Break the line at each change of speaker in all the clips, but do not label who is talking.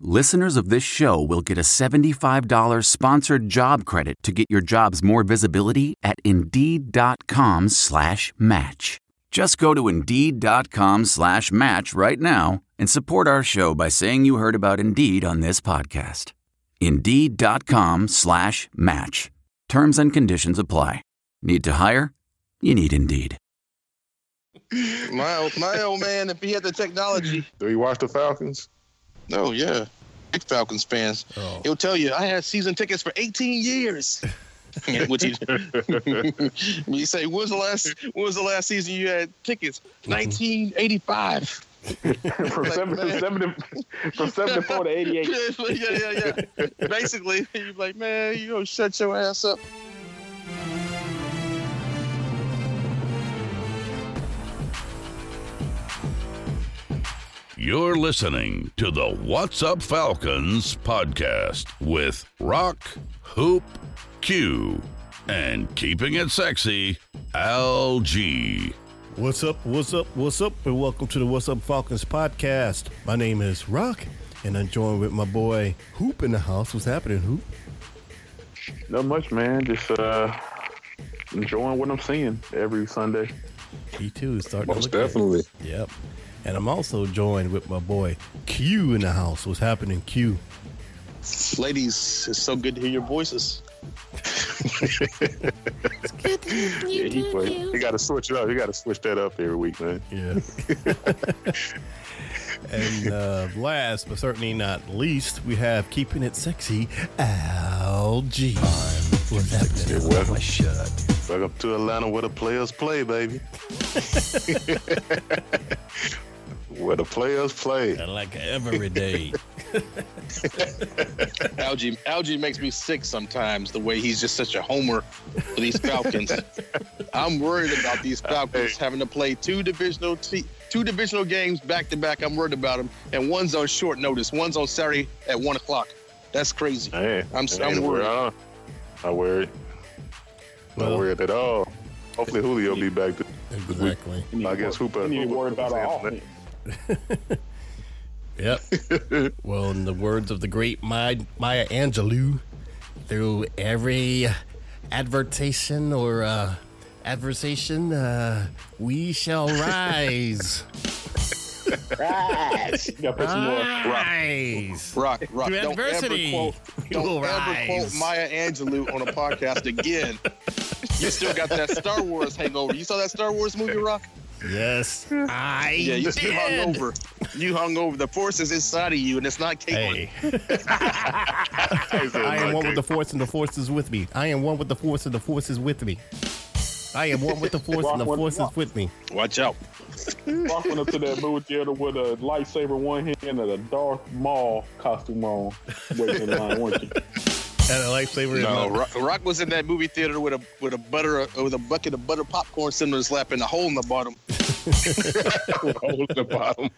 listeners of this show will get a $75 sponsored job credit to get your jobs more visibility at Indeed.com slash match. Just go to Indeed.com slash match right now and support our show by saying you heard about Indeed on this podcast. Indeed.com slash match. Terms and conditions apply. Need to hire? You need Indeed.
My old, my old man, if he had the technology.
Do you watch the Falcons?
Oh yeah, big Falcons fans.
Oh.
He'll tell you I had season tickets for 18 years. Which he, you say, when was the last? When was the last season you had tickets? 1985.
from,
Like,
70,
man.
70 from 74 to 88.
yeah, yeah, yeah. yeah. Basically, you're like, man, you don't shut your ass up.
You're listening to the What's Up Falcons podcast with Rock, Hoop, Q, and keeping it sexy, Al G.
What's up? What's up? What's up? And welcome to the What's Up Falcons podcast. My name is Rock, and I'm joined with my boy Hoop in the house. What's happening, Hoop?
Not much, man. Just uh, enjoying what I'm seeing every Sunday.
He too is starting
Most
to look good.
definitely.
Yep. And I'm also joined with my boy Q in the house. What's happening, Q?
Ladies, it's so good to hear your voices.
Yeah, he play. You got to switch it up. You got to switch that up every week, man.
Yeah. and uh, last but certainly not least, we have keeping it sexy, Al G. What's happening?
Welcome, welcome to Atlanta, where the players play, baby. where the players play.
I like every day.
Algie, Algie makes me sick sometimes. The way he's just such a homer for these Falcons. I'm worried about these Falcons having to play two divisional te- two divisional games back to back. I'm worried about them, and one's on short notice. One's on Saturday at one o'clock. That's crazy.
Man,
I'm-
it
I'm
ain't
worried.
Not not worried. Not
Well-
worried at all. Hopefully, Julio will be back. This week.
Exactly.
I guess Hooper.
You need to worry about our offense.
Yep. well, in the words of the great Maya, Maya Angelou, through every advertation or uh, adversation, uh, we shall rise.
Right. You gotta put some more.
rise.
Rock, rock.
Through
Don't ever
adversity,
quote.
you
Don't
will
ever quote
rise.
Maya Angelou on a podcast again. You still got that Star Wars hangover. You saw that Star Wars movie, Rock?
Yes, I
Yeah, you still hung
did.
over. You hung over. The force is inside of you, and it's not capable.
Hey, I am one with the force, and the force is with me. I am one with the force, and the force is with me. I am one with the force, and the force is with me.
Watch out.
Rock went up to that movie theater with a lightsaber one hand and a Darth Maul costume on, waiting in line, weren't you?
And a lifesaver.
No,
in my-
Rock, Rock was in that movie theater with a with a butter with a bucket of butter popcorn sitting on his lap and a hole in the bottom.
hole in the bottom.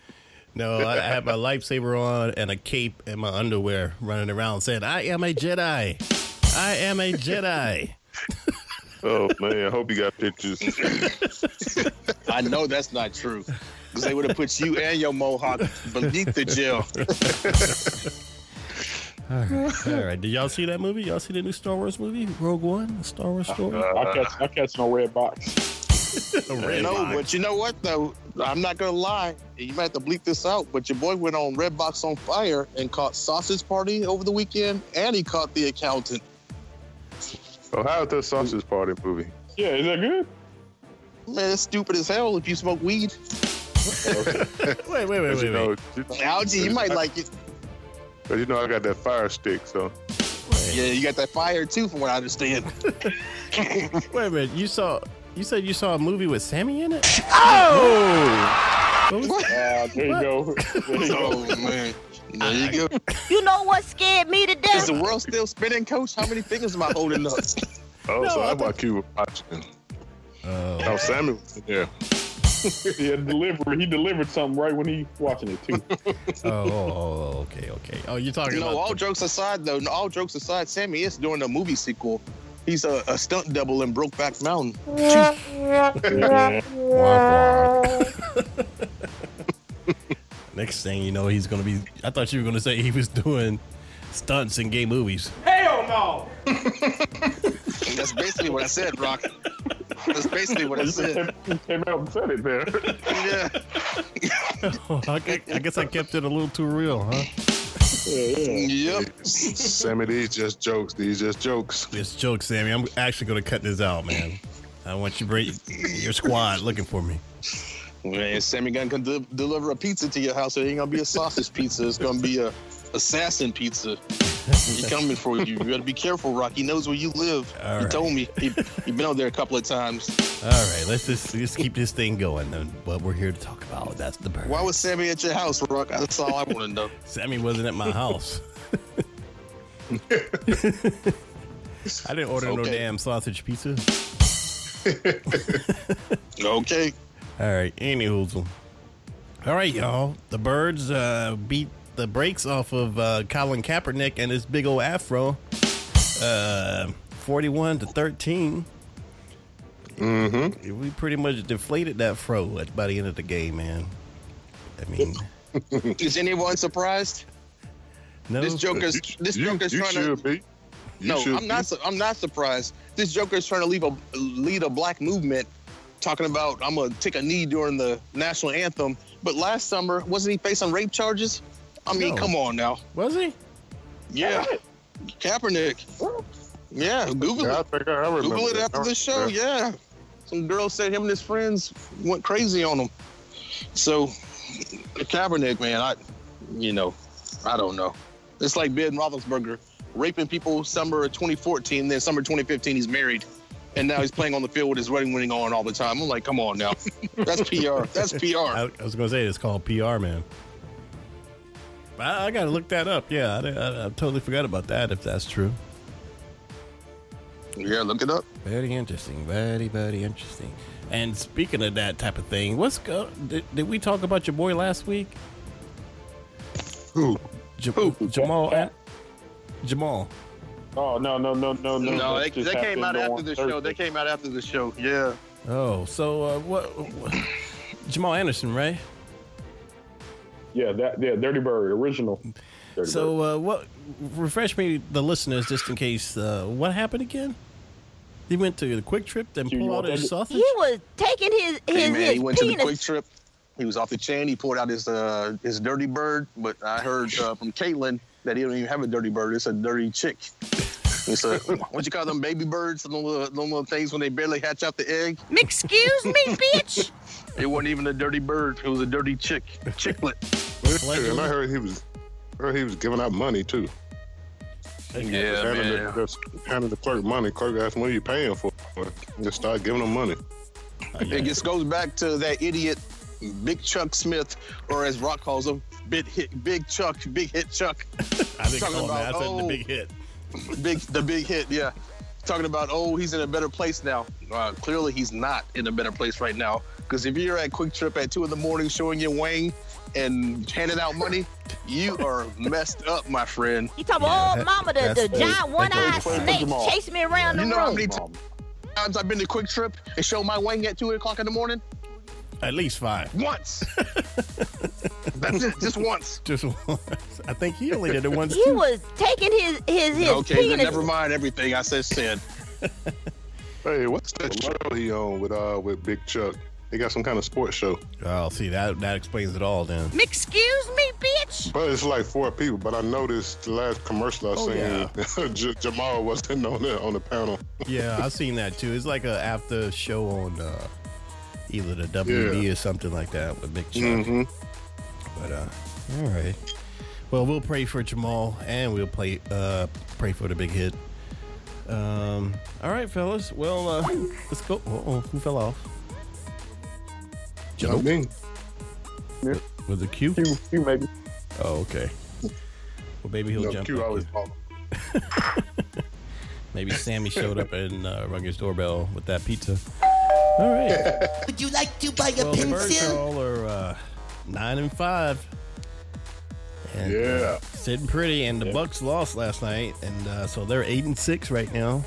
No, I, I had my lightsaber on and a cape and my underwear running around saying, I am a Jedi. I am a Jedi.
Oh man, I hope you got pictures. Uh,
I know that's not true because they would have put you and your mohawk beneath the jail.
All right. Did y'all see that movie? Y'all see the new Star Wars movie? Rogue One? The Star Wars story?
I catch, I catch no red box.
no, but you know what though? I'm not gonna lie. You might have to bleep this out, but your boy went on Redbox on fire and caught Sausage Party over the weekend, and he caught the accountant.
oh, how's the sausage party movie?
Yeah, is that good?
Man, it's stupid as hell if you smoke weed.
wait, wait, wait,
As
wait.
you know,
wait.
Algie, you might like it.
As you know, I got that fire stick, so
Yeah, you got that fire too, from what I understand.
Wait a minute. You saw. You said you saw a movie with Sammy in it? Oh!
Uh, there you go. There you go.
oh man, there you go.
You know what scared me to
Is
death?
the world still spinning, Coach? How many fingers am I holding up?
oh,
No,
so
I
I
thought-
thought you were watching.
Oh, Sammy was in there.
Yeah, delivery. He delivered something right when he watching it too.
Oh, oh, oh, okay, okay. Oh, you're talking
You know,
about
all jokes aside, though, all jokes aside, Sammy is doing a movie sequel. He's a, a stunt double in Brokeback Mountain.
Next thing you know, he's gonna be. I thought you were gonna say he was doing stunts in gay movies.
And that's basically what I said, Rock. That's basically what I said.
He came out and said it there.
Yeah.
I gu- I guess I kept it a little too real, huh?
Yep.
Sammy, these just jokes. These just jokes.
It's a joke, Sammy. I'm actually gonna cut this out, man. I want you bring your squad looking for me.
Man, Sammy gonna come de- deliver a pizza to your house. It ain't gonna be a sausage pizza. It's gonna be a assassin pizza. He coming for you. You gotta be careful, Rock. He knows where you live.
All
he
right.
told me. He, he been out there a couple of times.
All right, let's just let's keep this thing going. And what we're here to talk about that's the bird.
Why was Sammy at your house, Rock? That's all I want to know.
Sammy wasn't at my house. I didn't order no
Okay.
damn sausage pizza.
Okay.
All right, any hoozle. All right, y'all. The birds uh, beat the brakes off of uh, Colin Kaepernick and his big old afro, uh, forty-one to thirteen. Mm-hmm. We pretty much deflated that fro at by the end of the game, man. I mean,
Is anyone surprised?
no.
This Joker's this
you,
Joker's
you
trying to.
should be. You
no,
should
I'm not. su- I'm not surprised. This Joker's trying to leave a lead a black movement, talking about I'm gonna take a knee during the national anthem. But last summer, wasn't he facing rape charges? I mean,
No.
come on now.
was he?
Yeah, Kaepernick. Yeah, Google
Yeah, I
it.
think I, I remember.
Google it
that.
after the show. Yeah, some girl said him and his friends went crazy on him. So Kaepernick, man, I, you know, I don't know. It's like Ben Roethlisberger raping people summer of 2014, then summer 2015 he's married, and now he's playing on the field with his wedding ring on all the time. I'm like, come on now, that's PR. That's PR.
I, I was gonna say it's called PR, man. I, I gotta look that up. Yeah, I, I, I totally forgot about that. If that's true.
Yeah, look it up.
Very interesting. Very, very interesting. And speaking of that type of thing, what's go? Did, did we talk about your boy last week?
Who?
Ja- Jamal. An- Jamal.
Oh no no no no no!
No,
that
they,
just
they came
happened
out after
on
the show.
Thursday.
They came out after the show. Yeah.
Oh, so uh, what? what- Jamal Anderson, right?
Yeah, that yeah, Dirty Bird original. Dirty Bird.
So uh, what? Refresh me, the listeners, just in case. Uh, what happened again? He went to the Quick Trip and
Do you
pulled out
want
his
that-
sausage.
He was taking his his,
Hey man,
his
he went to the quick
penis.
trip. He was off the chain. He pulled out his uh, his dirty bird, but I heard uh, from Caitlin that he don't even have a dirty bird. It's a dirty chick. It's a what you call them baby birds, them little, them little things when they barely hatch out the egg.
Excuse me, bitch.
It wasn't even a dirty bird. It was a dirty chick, chicklet.
Yeah, and I heard he was. I heard he was giving out money too.
Yeah,
handing, the, just handing the clerk money. Clerk asked, "What are you paying for?" Just start giving him money.
It just goes back to that idiot, Big Chuck Smith, or as Rock calls him, Big Hit, Big Chuck, Big Hit Chuck.
I
talking
didn't call him that. I
about,
said the
oh.
big hit.
big the big hit yeah talking about oh he's in a better place now uh, clearly he's not in a better place right now because if you're at quick trip at 2 in the morning showing your wang and handing out money you are messed up my friend
You talking about
that-
old mama, the,
that's-
the giant one eyed
that's- that's-
snake
Jamal.
chasing me around the
you know how
room.
many times i've been to quick trip and show my wang at 2 o'clock in the morning
At least five.
once that's it just once
Just once. I think he only did it once.
He
too.
was taking his his his
okay
penis.
then never mind everything i said said
Hey, what's that show he on with uh with Big Chuck? They got some kind of sports show,
Oh, see that that explains it all then.
Excuse me, bitch.
but it's like four people. But I noticed the last commercial
Oh,
I seen, J- Jamal wasn't on the on the panel.
Yeah, I've seen that too. It's like a after show on uh, either the WB or something like that with Big Chuck.
Mm-hmm.
Mm-hmm.
But uh, all right. Well, we'll pray for Jamal and we'll play uh, pray for the big hit. Um, all right, fellas. Well, uh, let's go. Oh, who fell off?
You know what I mean?
Was it Q?
you you maybe
Oh, okay. Well, maybe he'll
No,
jump.
Q
up.
always follow.
Maybe Sammy showed up and uh, rung his doorbell with that pizza. All right.
Would you like to buy a
Well, the birds are
pencil?
all are uh, nine and five. And, uh,
Yeah.
sitting pretty, and the Bucks lost last night, and uh, so they're eight and six right now.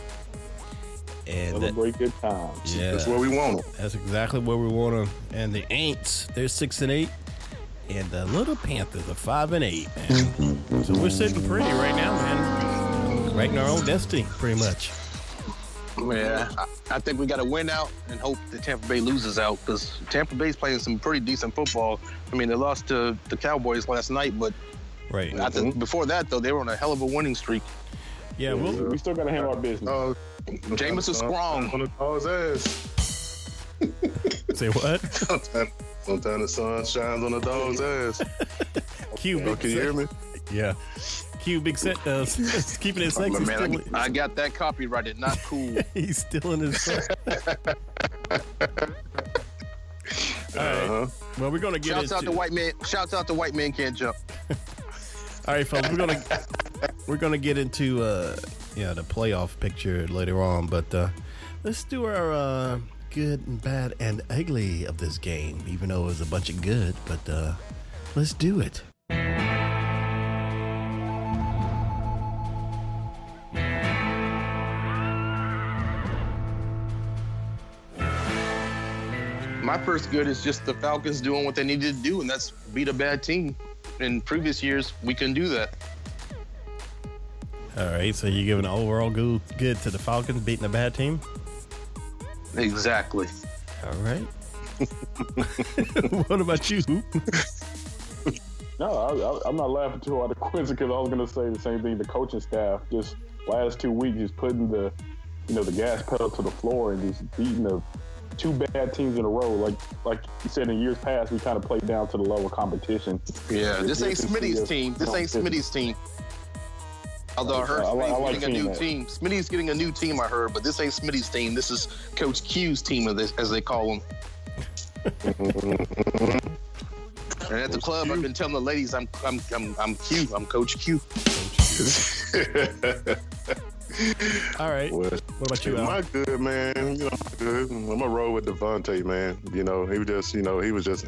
And that-
Celebrate good times.
yeah,
That's where we want them.
that's exactly where we want them. And the Aints, they're six and eight, and the Little Panthers are five and eight. Man. so we're sitting pretty right now, man. Right in our own destiny, pretty much.
Yeah, I, I think we got to win out and hope that Tampa Bay loses out because Tampa Bay's playing some pretty decent football. I mean, they lost to the Cowboys last night, but
Right.
I
Mm-hmm.
think before that though, they were on a hell of a winning streak.
Yeah. Well,
We still gotta handle our business.
Uh,
Jameis is
Sometimes-
strong.
Sometimes the dog's ass.
say what?
Sometimes, sometimes the sun shines on the dog's ass.
Q.
Y'all can you hear me?
Yeah. Q. Big set. Uh, keeping it sexy.
Man,
still-
I, I got that copyrighted. Not cool.
He's still in his. All right.
Uh-huh.
Well, we're gonna get
Shouts out
into.
to white man. Shouts out to white man can't jump.
All right, fellas, we're gonna we're gonna get into uh, yeah the playoff picture later on, but uh, let's do our uh, good and bad and ugly of this game. Even though it was a bunch of good, but uh, let's do it.
My first good is just the Falcons doing what they needed to do, and that's beat a bad team. In previous years, we couldn't do that.
All right, so you're giving an overall good good to the Falcons beating a bad team.
Exactly.
All right. what about you? Hoop?
No, I, I, I'm not laughing too hard at Quincy because I was going to say the same thing. The coaching staff just last two weeks just putting the, you know, the gas pedal to the floor and just beating the two bad teams in a row. Like like you said in years past, we kind of played down to the level of competition.
Yeah, this ain't
This is
Smitty's
serious.
team. This ain't Smitty's team. Although I heard
I like- I
Smitty's
like
getting a
seeing
new
that.
team. Smitty's getting a new team. I heard, but this ain't Smitty's team. This is Coach Q's team, as they, as they call him. and at the club, I've been telling the ladies, I'm I'm I'm, I'm Q. I'm Coach Q.
All right.
Well,
What about you? Al?
my good man, you know, my good. I'm gonna roll with Devontae, man. You know, he was just, you know, he was just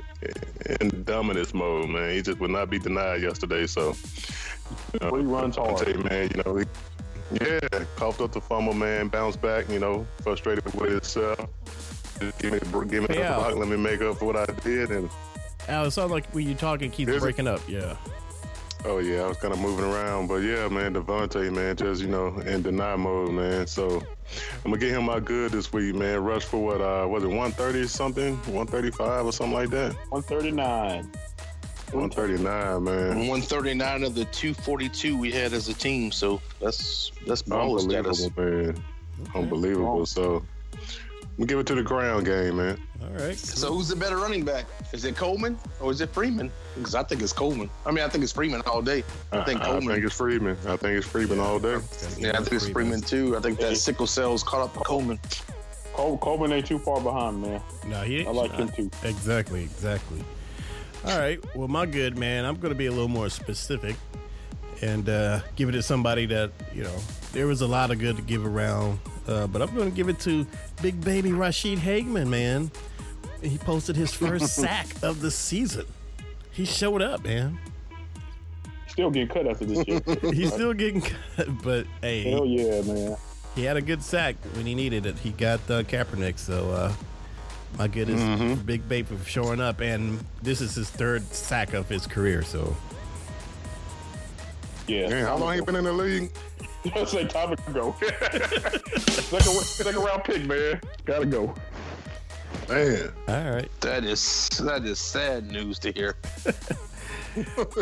in dominance mode, man. He just would not be denied yesterday. So, you know,
Three runs hard.
Devontae, man, you know, he, yeah, coughed up the fumble, man, bounced back, you know, frustrated with himself. Just give me, give me
Yeah.
a block, let me make up for what I did, and
Al, it sounds like when you're talking, keeps
Here's a-
breaking up. Yeah.
Oh yeah, I was kind of moving around, but yeah, man, Devontae, man, just you know, in deny mode, man. So I'm gonna get him my good this week, man. Rush for what? Uh, was it 130 something, 135 or something like that?
139.
139, man.
139 of the 242 we had as a team. So that's that's baller status.
Unbelievable, man. Unbelievable. So I'm gonna give it to the ground game, man.
All right.
So who's the better running back? Is it Coleman or is it Freeman? Because I think it's Coleman. I mean, I think it's Freeman all day. I think
Uh-uh, I,
Coleman.
think it's Freeman. I think it's Freeman all day.
yeah, I think it's Freeman too. I think that sickle cell's caught up to Coleman.
Col- Coleman ain't too far behind, man.
No, he.
I like him too.
Exactly, exactly. All right. Well, my good man, I'm going to be a little more specific and uh, give it to somebody that, you know, there was a lot of good to give around, uh, but I'm going to give it to big baby Rashid Hagman, man. He posted his first sack of the season. He showed up, man.
Still getting cut after this year.
He's still getting cut, but hey,
Hell yeah, man.
he had a good sack when he needed it. He got uh, Kaepernick, so uh, my goodness, Big Babe for showing up, and this is his third sack of his career. So
Yeah.
Man, how long he been in the league?
That's a time ago. second, wa- second round pick, man. Gotta go.
Man,
all right,
That is that is sad news to hear.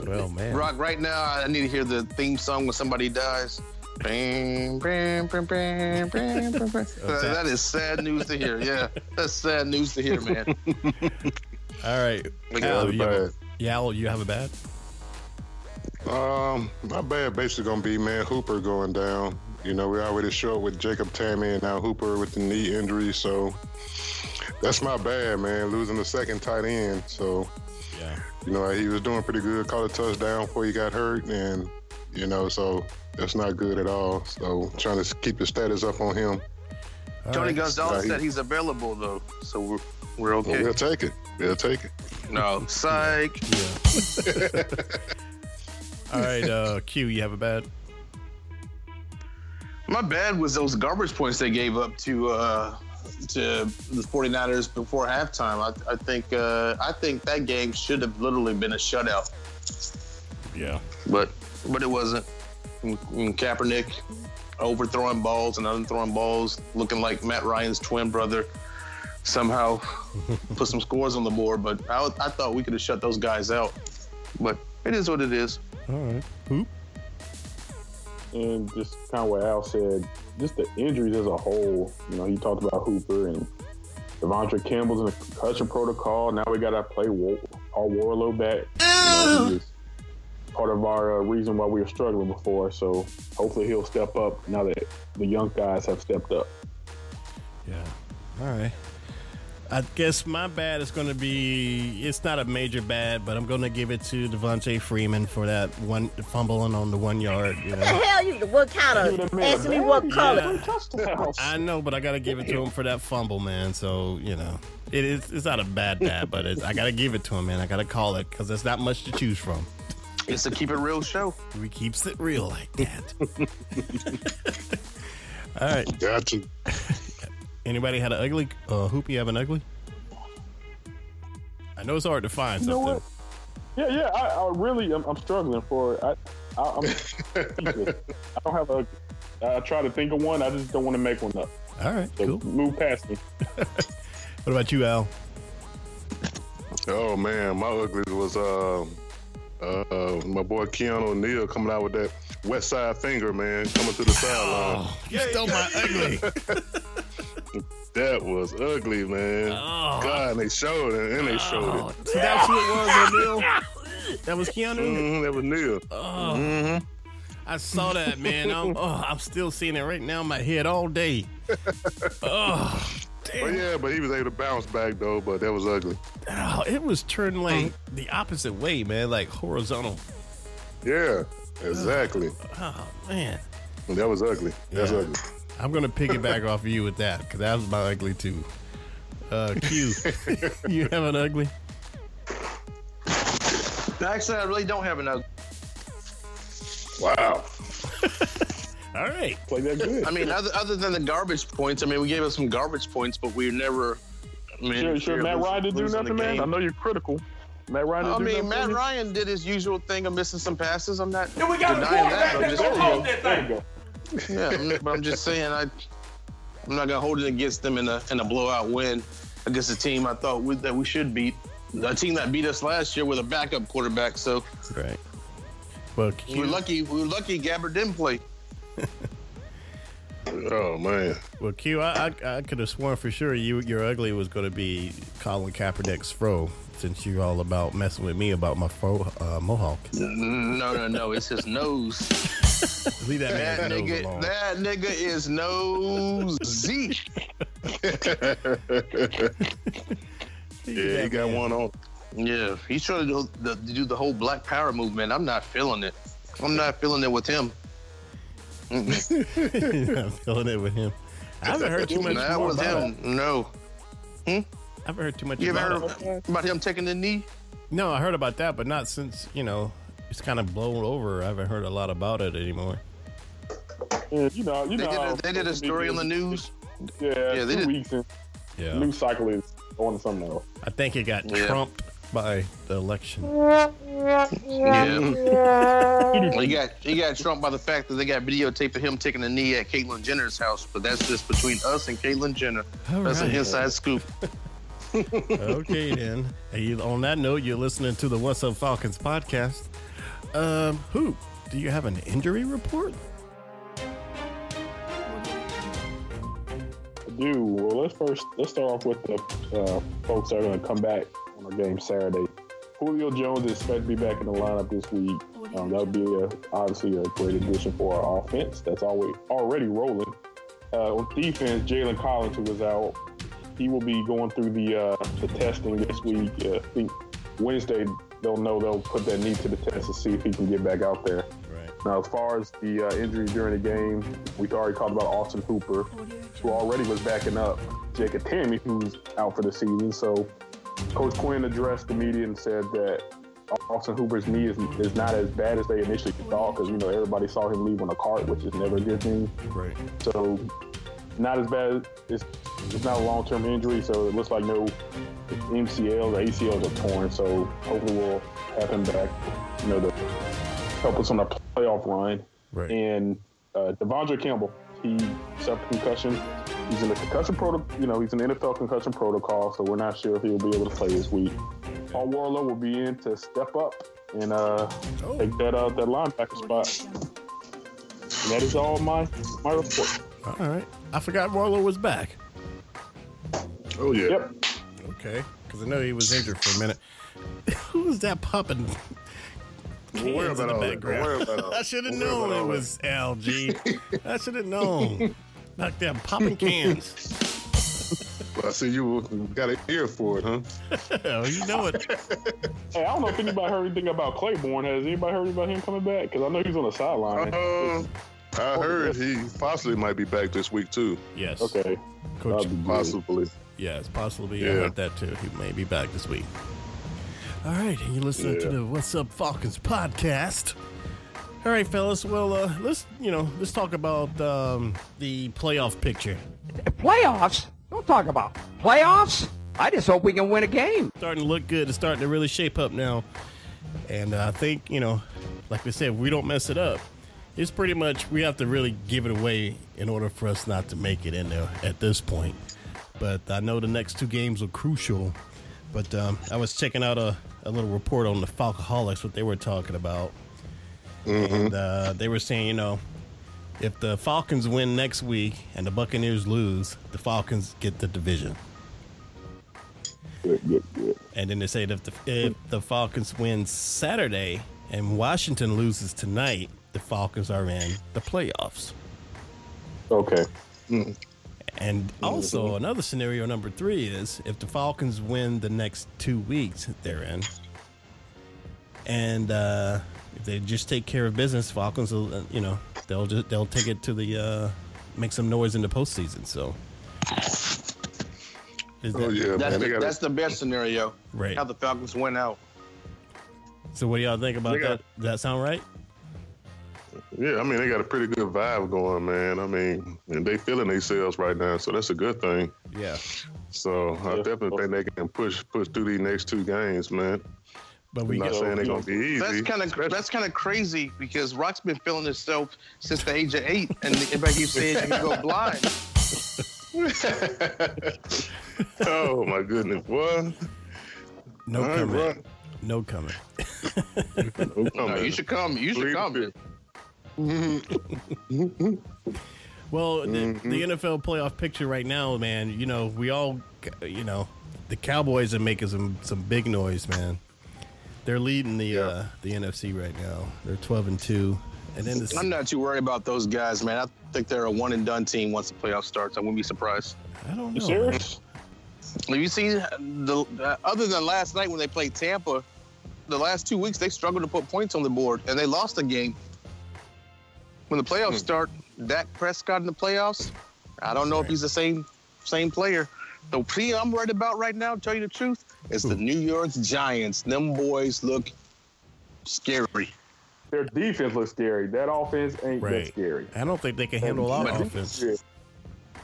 well man,
Rock, right now I need to hear the theme song when somebody dies. Bam, bam, bam, bam, bam, bam, bam. Uh, that is sad news to hear. Yeah, that's sad news to hear, man.
all right,
that
Al,
was
you have,
bad.
yeah, Al, you have a bat.
Um, my bad basically gonna be man Hooper going down. You know, we already short with Jacob Tammy and now Hooper with the knee injury, so that's my bad, man. Losing the second tight end. So,
Yeah,
you know, he was doing pretty good, caught a touchdown before he got hurt and you know, so that's not good at all. So trying to keep the status up on him.
Tony Gonzalez
Right.
said he's available though, so we're
Oh,
we're
Well,
okay.
We'll take it. We'll take it.
No, psych.
All right, uh, Q, you have a bad.
My bad was those garbage points they gave up to uh, to the 49ers before halftime. I, I think uh, I think that game should have literally been a shutout,
Yeah.
but but it wasn't. And- and Kaepernick overthrowing balls and unthrowing balls, looking like Matt Ryan's twin brother. Somehow put some scores on the board, but I, I thought we could have shut those guys out. But it is what it is.
All right. Who?
and just kind of what Al said, just the injuries as a whole. You know, he talked about Hooper and Devontae Campbell's in the concussion protocol. Now we got to play War- our Warlow back. You know, he was part of our uh, reason why we were struggling before. So hopefully he'll step up now that the young guys have stepped up.
Yeah.
All right. I guess my bad is going to be it's not a major bad, but I'm going to give it to Devontae Freeman for that one fumbling on the one yard. You
The
know?
hell you the what kind
You'd
of
have made a
asking me
bad
what color?
Yeah. I know, but I got to give it to him for that fumble, man. So you know, it is it's not a bad bad, but it's, I got to give it to him, man. I got to call it because there's not much to choose from.
It's to keep it real show.
He keeps it real like that. All right.
Gotcha.
Anybody had an ugly? Uh, Hoop, you have an ugly? I know it's hard to find
You know
something.
what? Yeah, yeah. I, I really, I'm, I'm struggling for. I, I, I'm, I don't have a. I try to think of one. I just don't want to make one up.
All right,
So
cool.
move past me.
What about you, Al?
Oh man, my ugly was uh, uh, my boy Keanu O'Neal coming out with that west side finger, man, coming through the sideline.
you stole my ugly.
That was ugly, man.
Oh.
God, and they showed it, and they showed it.
See, that's who it was, O'Neal. That was Keanu.
hmm that was Neil.
I saw that, man. I'm, oh, I'm still seeing it right now in my head all day. Oh,
But yeah, but he was able to bounce back though. But that was ugly.
oh, it was turned like the opposite way, man, like horizontal.
Yeah, exactly.
Oh, man.
That was ugly. That's
Yeah.
ugly.
I'm going to piggyback off of you with that because that was my ugly, too. Uh, Q, you have an ugly?
Actually, I really don't have an ugly.
Wow.
All right.
Play that good.
I mean, other, other than the garbage points, I mean, we gave us some garbage points, but we never. I mean,
Sure, sure.
we're
Matt
losing-
Ryan didn't do
losing the
nothing, man.
game.
I know you're critical. Matt Ryan
I
didn't do
mean, Matt
nothing.
Ryan did his usual thing of missing some passes. I'm not
Then we got a quarterback
denying that. I'm
that's
just,
gonna hold that
There
thing.
you go.
yeah, I'm, but I'm just saying I, I'm not gonna hold it against them in a in a blowout win against a team I thought we, that we should beat, a team that beat us last year with a backup quarterback. So
Right. Well,
we
Q,
were lucky. We were lucky. Gabbard didn't play.
Oh man.
well, Q, I, I, I could have sworn for sure you your ugly was going to be Colin Kaepernick's fro, since you're all about messing with me about my fro uh, mohawk.
No, no, no. It's his nose.
Leave that
That
man's nose
nigga,
alone.
that nigga is nosy.
yeah, he got one on.
Yeah, he's trying to do the, to do the whole Black Power movement. I'm not feeling it. I'm not feeling it with him. Mm-mm.
I'm feeling it with him. I haven't heard too much.
Not
more
with
about it.
him. No.
I haven't heard too much
You ever
about
heard
it.
about, him taking the knee?
No, I heard about that, but not since you know it's kind of blown over. I haven't heard a lot about it anymore.
Yeah, you know, you
They did
know. how
a, they did a
social
story on
media
the news.
is. Yeah,
Yeah,
yeah
they
two
did-
weeks and
Yeah,
news cycle is going to something else.
I think it got
Yeah.
trumped by the election.
Yeah. he got he got trumped by the fact that they got videotape of him taking a knee at Caitlyn Jenner's house, but that's just between us and Caitlyn Jenner.
All
That's
right.
an inside scoop.
okay then. Hey, you- on that note, you're listening to the What's Up Falcons podcast. Um, who do you have an injury report?
do. Well, let's first let's start off with the uh, folks that are going to come back on our game Saturday. Julio Jones is expected to be back in the lineup this week. Um, that would be a, obviously a great addition for our offense. That's always already rolling. Uh, on defense, Jalen Collins, who was out, he will be going through the uh, the testing this week. Uh, I think Wednesday they'll know they'll put that knee to the test to see if he can get back out there.
Right.
Now, as far as the uh, injuries during the game, we've already talked about Austin Hooper, who already was backing up Jacob Tammy, who's out for the season. So, Coach Quinn addressed the media and said that Austin Hooper's knee is, is not as bad as they initially thought because, you know, everybody saw him leave on a cart, which is never a good thing.
Right.
So, not as bad. It's, it's not a long term injury, so it looks like no MCLs or ACLs are torn. So, hopefully, we'll have him back, you know, to help us on the playoff run.
Right.
And uh, Devondre Campbell, he suffered concussion. He's in the concussion protocol, you know, he's in the NFL concussion protocol, so we're not sure if he'll be able to play this week. Paul Warlow will be in to step up and uh,
Oh,
take that uh, that linebacker spot. And that is all my my report.
All right. I forgot Marlo was back.
Oh yeah.
Yep.
Okay. Because I know he was injured for a minute. Who was that popping?
Don't worry
cans in
about
the
all that. Don't
background?
worry about all
I
that.
should have
Don't worry about
known it
all that.
was LG. I should have known. Knock them popping cans.
Well, I see you got an ear for it, huh?
oh, you know it.
Hey, I don't know if anybody heard anything about Claiborne. Has anybody heard about him coming back? Because I know he's on the sideline.
Um, I heard he possibly might be back this week too.
Yes.
Okay,
Coach.
that'd be great.
Possibly.
Yeah, it's possibly. I
Um, Yeah.
heard that too. He may be back this week. All right, and you're listening to
Yeah.
the What's Up Falcons podcast. All right, fellas. Well, uh, let's you know let's talk about um, the playoff picture.
Playoffs? Don't talk about playoffs. I just hope we can win a game.
starting to look good. It's starting to really shape up now. And uh, I think, you know, like we said, if we don't mess it up. It's pretty much we have to really give it away in order for us not to make it in there at this point. But I know the next two games are crucial. But um, I was checking out a, a little report on the Falcoholics, what they were talking about. And uh, they were saying, you know, if the Falcons win next week and the Buccaneers lose, the Falcons get the division.
Good, good, good.
And then they said if the, if the Falcons win Saturday and Washington loses tonight, the Falcons are in the playoffs.
Okay.
And
Mm-hmm.
also, another scenario number three is if the Falcons win the next two weeks, they're in. And uh, if they just take care of business, Falcons, will, uh, you know, they'll just they'll take it to the uh, make some noise in the postseason. So, is
Oh
that-
yeah,
That's
man. They
the,
got
that's the best scenario.
right.
How the Falcons went out.
So, what do y'all think about
They
that?
got-
Does that sound right?
Yeah, I mean they got a pretty good vibe going, man. I mean, and they feeling themselves right now, so that's a good thing.
Yeah.
So I
Yeah.
definitely think they can push push through these next two games, man.
But
I'm
we
not
got,
saying they're gonna be easy.
That's kind of that's kind of crazy because Rock's been feeling himself since the age of eight, and everybody keeps saying you can go blind.
oh my goodness, boy!
no
All right,
comment.
Rock.
No comment.
No
No, you
comment.
should come. You should
Leave
come.
it.
Well, the, the NFL playoff picture right now, man. You know, we all, you know, the Cowboys are making some some big noise, man. They're leading the uh, the NFC right now. They're twelve and two, and then the
I'm not too worried about those guys, man. I think they're a one and done team once the playoffs starts. I wouldn't be surprised.
I don't know. man.
Serious?
Have you seen the uh, other than last night when they played Tampa? The last two weeks they struggled to put points on the board, and they lost a game. When the playoffs start, Dak Prescott in the playoffs, I don't know if he's the same same player. The team I'm worried about right now, to tell you the truth, is the New York Giants. Them boys look scary.
Their defense looks scary. That offense ain't
Right.
that scary.
I don't think they can handle our
But-
offense.
Yeah.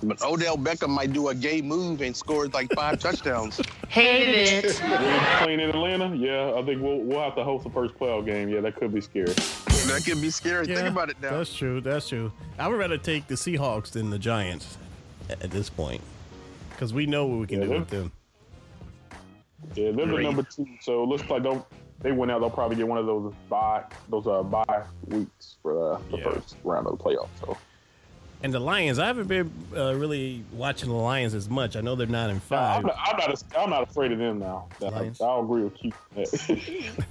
But Odell Beckham might do a gay move and score like five touchdowns.
Hate it.
We're playing in Atlanta. Yeah, I think we'll we'll have to host the first playoff game. Yeah, that could be scary.
That could be scary.
Yeah,
Think about it now.
That's true. That's true. I would rather take the Seahawks than the Giants at at this point, because we know what we can
Yeah,
do
they're-
with them.
Yeah, they're the
Great.
number two. So it looks like they'll, they went out. They'll probably get one of those bye those uh bye weeks for uh, the
Yeah.
first round of the playoffs. So
And the Lions, I haven't been uh, really watching the Lions as much. I know they're nine and
I'm
five.
not, I'm not I'm not afraid of them now. I,
Lions.
I'll agree with Keith.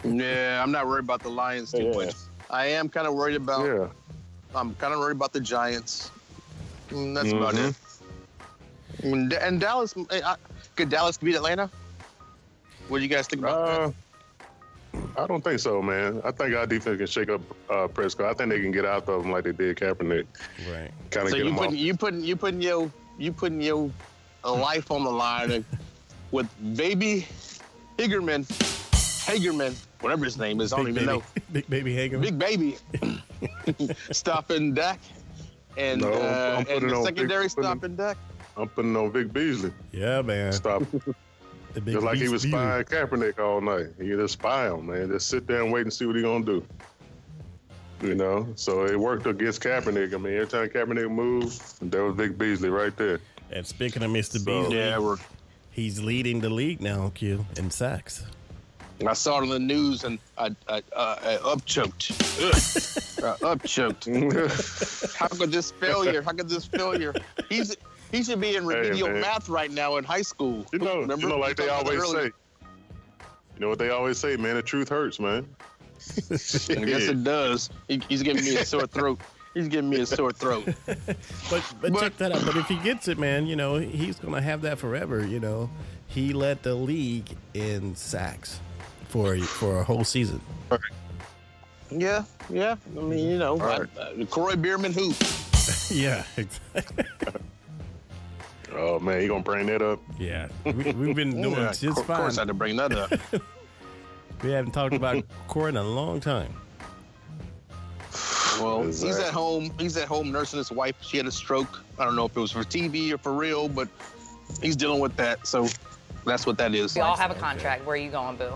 on that.
Yeah, I'm not worried about the Lions too
Yeah.
much. I am kind of worried
Oh,
about.
Yeah,
I'm kind of worried about the Giants. Mm, That's about
Mhm.
it. I mean, Da- And Dallas, eh, I- could Dallas beat Atlanta? What do you guys think about
Uh, I don't think so, man. I think our defense can shake up uh, Prescott. I think they can get out of them like they did Kaepernick.
Right.
Kind of get
so you
them off.
putting you putting you putting your you putting your uh, life on the line and- with baby Hagerman, Hagerman, whatever his name is, I don't even know.
Big baby Hager.
Big baby stopping Dak and
No, I'm- I'm
uh,
putting
and
it
the
on
secondary
Big- putting-
stopping Dak.
I'm putting on Vic Beasley.
Yeah, man.
Stop.
The big
Just like he
beast
was
beater.
spying Kaepernick all night. You just spy him, man. Just sit there and wait and see what he gonna do. You know, so it worked against Kaepernick. I mean, every time Kaepernick moved, there was Vic Beasley right there.
And speaking of Mr.
So-
Beasley,
Yeah, we're-
he's leading the league now, Q, in sacks.
I saw it on the news and I, I, uh, I, I upchoked. Ugh. I upchoked. how could this failure? How could this failure? He's he should be in remedial
man.
math right now in high school.
You know,
Remember?
you know, like
We
they
talked about
always
earlier.
say. You know what they always say, man. The truth hurts, man.
I guess it does. He, he's giving me a sore throat. He's giving me a sore throat.
But, but check that out. But if he gets it, man, you know he's gonna have that forever. You know, he led the league in sacks for for a whole season.
Yeah, yeah. I mean, you know, I, uh, Corey Bierman who?
yeah, exactly.
Oh man, you gonna bring that up?
Yeah, we, we've been doing
Yeah,
just
of cour-
fine.
course I had to bring that up.
We haven't talked about Corey in a long time.
Well, he's
Exactly.
at home. He's at home nursing his wife. She had a stroke. I don't know if it was for TV or for real, but he's dealing with that. So that's what that is.
We all have a contract. Where are you going, Boo?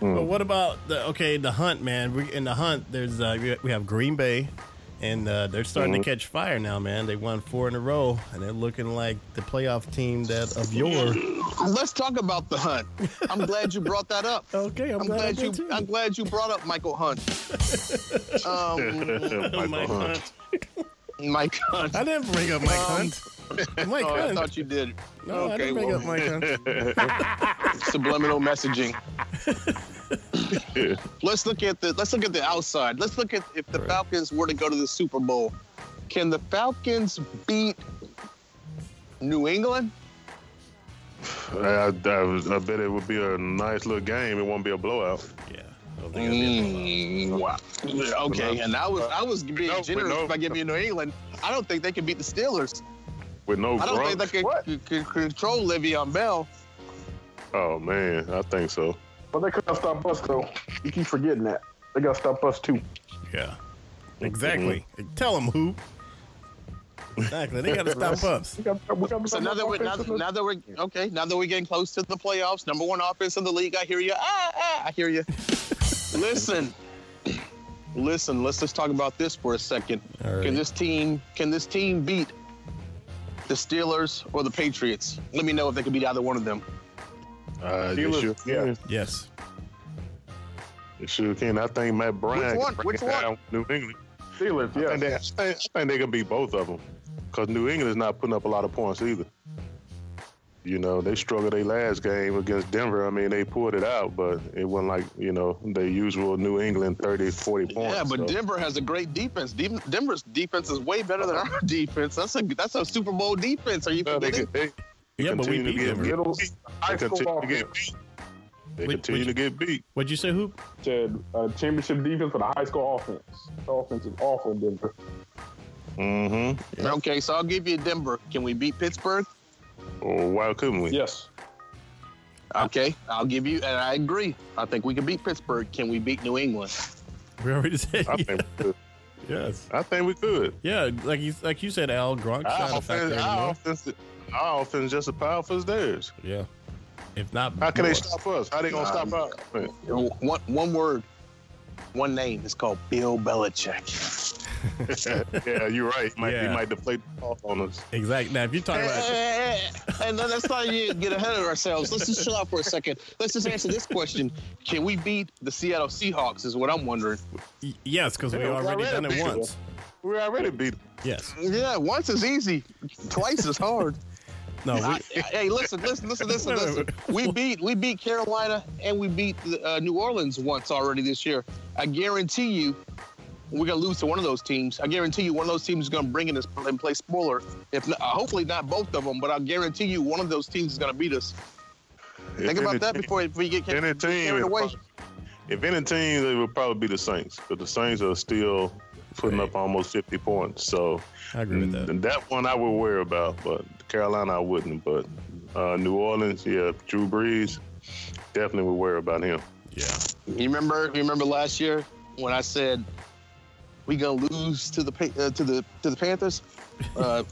But what about the okay the hunt, man? We, in the hunt, there's uh, we- we have Green Bay, and uh, they're starting
Mhm.
to catch fire now, man. They won four in a row, and they're looking like the playoff team that of yore.
Let's talk about the hunt. I'm glad you brought that up.
Okay, I'm,
glad, you. I'm glad you brought up Michael Hunt. um,
Mike Hunt.
Mike Hunt.
I didn't bring up Mike Hunt. Mike
oh, I
Hunt.
thought you did.
No, I didn't bring up Mike
Hunt. Subliminal messaging. let's look at the let's look at the outside. Let's look at if the Falcons were to go to the Super Bowl, can the Falcons beat New England?
I, I, I was- I bet it would be a nice little game. It won't be a blowout.
Yeah.
Mm, wow. Okay, and I was I was being
No,
generous
no.
by giving you New England. I don't think they can beat the Steelers.
With no
I don't think
Gronk.
they can, can, can control Le'Veon Bell.
Oh man, I think so.
But they couldn't stop us though. You keep forgetting that. They gotta stop us too.
Mm.
Yeah. Exactly.
Mm-hmm.
Tell them who. Exactly. They got to stop us.
So now that we're now, now that we're okay, now that we're getting close to the playoffs, number one offense in the league. I hear you. Ah, ah, I hear you. listen, listen. Let's just talk about this for a second.
All right.
Can this team can this team beat the Steelers or the Patriots? Let me know if they can beat either one of them.
Uh, they
Steelers,
sure can.
Yes.
They sure can. I think Matt Bryan.
Which
can
one?
bring
Which
it
one?
down New England.
Steelers.
I think, they, I, think, I think they could beat both of them because New England is not putting up a lot of points either. You know, they struggled their last game against Denver. I mean, they pulled it out, but it wasn't like, you know, the usual New England 30, 40 points.
Yeah, but
so.
Denver has a great defense. De- Denver's defense is way better than our defense. That's a that's a Super Bowl defense. Are you
Yeah, they,
kidding?
get- they, they
Yeah, but we
continue to
beat
get
Denver.
beat.
Middle
They
high school
continue to
offense.
get beat. They
Wait,
continue
wait.
to get beat.
What'd you say, Hoop?
Said uh, championship defense for the high school offense. The offense is awful in Denver.
Mm-hmm.
Okay, so I'll give you Denver. Can we beat Pittsburgh?
Or why couldn't we?
Yes.
Okay, I'll give you, and I agree. I think we can beat Pittsburgh. Can we beat New England?
We already said
I think we could.
yes.
I think we could.
Yeah, like you like you said, Al Gronk
Our
shot a factor
offense,
in
our,
the
offense, our offense is just as powerful as theirs.
Yeah. If not,
How can they
more.
stop us? How they gonna
Nah,
stop us?
One, one word, one name. It's called Bill Belichick.
yeah, you're right. Might,
Yeah.
He might deflate the ball on us.
Exactly. Now, if you're talking about
and then let's not even get ahead of ourselves. Let's just chill out for a second. Let's just answer this question: Can we beat the Seattle Seahawks? Is what I'm wondering.
Y- yes, because we
Yeah, we
already
already
done it
beat 'em.
once.
We already beat them.
Yes.
Yeah, once is easy, twice is hard.
No. Oh, We,
I- I- eh, hey, listen, listen, listen, listen,
Wait, wait,
listen. We beat we beat Carolina and we beat uh, New Orleans once already this year. I guarantee you, we're gonna lose to one of those teams. I guarantee you, one of those teams is gonna bring in this and play spoiler. If not, uh, hopefully not both of them, but I guarantee you, one of those teams is gonna beat us. Think about that before, before you get,
Any
get
team,
carried
is
away.
pro- If any team, it would probably be the Saints, but the Saints are still putting up almost 50 points. So
I agree with that.
And that one I would worry about, but Carolina I wouldn't. But uh, New Orleans, yeah, Drew Brees, definitely would worry about him.
Yeah.
You remember? You remember last year when I said we gonna lose to the Pa- uh, to the to the Panthers? Uh,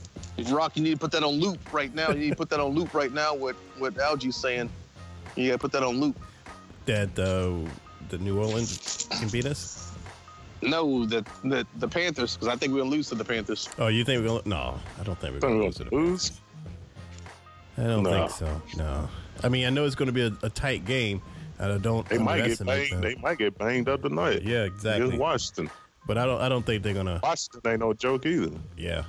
Rock, you need to put that on loop right now. You need to put that on loop right now. What what Algie's saying? You gotta put that on loop.
That uh, the New Orleans can beat us.
No, that the, the Panthers, because I think we're gonna lose to the Panthers.
Oh, you think we're gonna? No, I don't think we're gonna lose it.
Lose?
I don't
No.
think so. No. I mean, I know it's going to be a, a tight game. and I don't.
They might get
underestimate
banged.
them.
They might get banged up tonight.
Yeah, exactly.
Just Washington.
But I don't. I don't think they're gonna.
Washington ain't no joke either.
Yeah.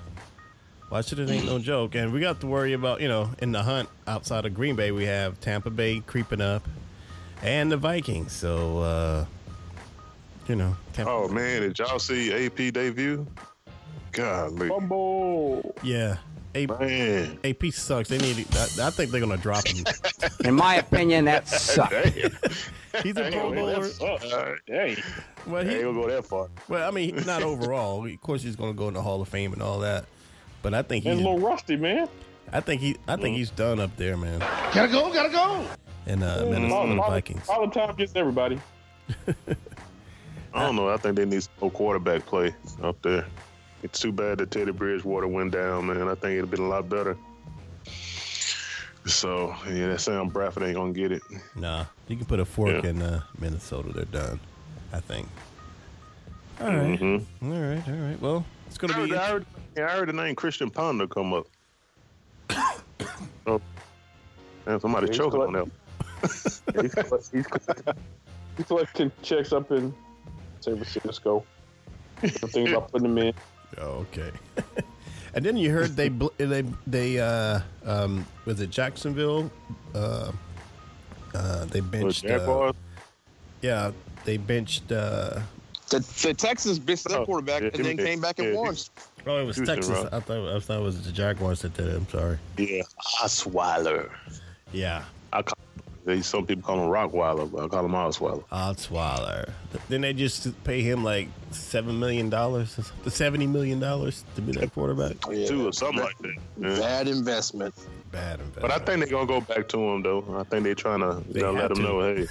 Washington ain't no joke, and we got to worry about you know in the hunt outside of Green Bay we have Tampa Bay creeping up, and the Vikings. So uh you know, Tampa.
Oh man, did y'all see AP debut? Golly.
Bumble.
yeah, AP, AP sucks. They need. I, I think they're gonna drop him.
In my opinion, that sucks.
He's a Pro Bowler.
Hey,
Well, he-
ain't gonna go that far.
Well, I mean, not overall. Of course, he's gonna go in the Hall of Fame and all that, but I think
That's
he's.
a little rusty, man.
I think he. I think he's done up there, man.
Gotta go, gotta go.
And uh, Minnesota
Mm.
Vikings.
All the time gets everybody.
I don't know. I think they need some more quarterback play up there. It's too bad that Teddy Bridgewater went down, man. I think it'd have been a lot better. So yeah, that Sam Bradford ain't gonna get it.
Nah, you can put a fork in uh, Minnesota. They're done. I think. All right.
Mm-hmm.
All right. All right. Well, it's gonna
I heard,
be.
I heard, yeah, I heard the name Christian Ponder come up. oh, man, somebody
He's
choking
collect-
on that.
he's, collect- he's collect- he's collecting checks up in San Francisco. I'm thinking about putting him in.
Oh, okay. and then you heard they bl- they they uh um was it Jacksonville? Uh, uh they benched. Uh,
Jaguars?
yeah, they benched. uh
The, the Texans bitched
Oh,
their quarterback and then came back and won.
Oh, it was
Houston,
Texas.
right?
I thought, I thought it was the Jaguars that did it. I'm sorry.
Yeah, Osweiler.
Yeah.
I call, they, some people call him Rockweiler, but I call him Osweiler.
Osweiler. Then they just pay him like seven million dollars, the seventy million dollars to be that quarterback.
Two or something like that. Yeah.
Bad investment.
Bad investment.
But I think they're gonna go back to him though. I think they're trying to you
They
know, let
have
him
to.
know, hey,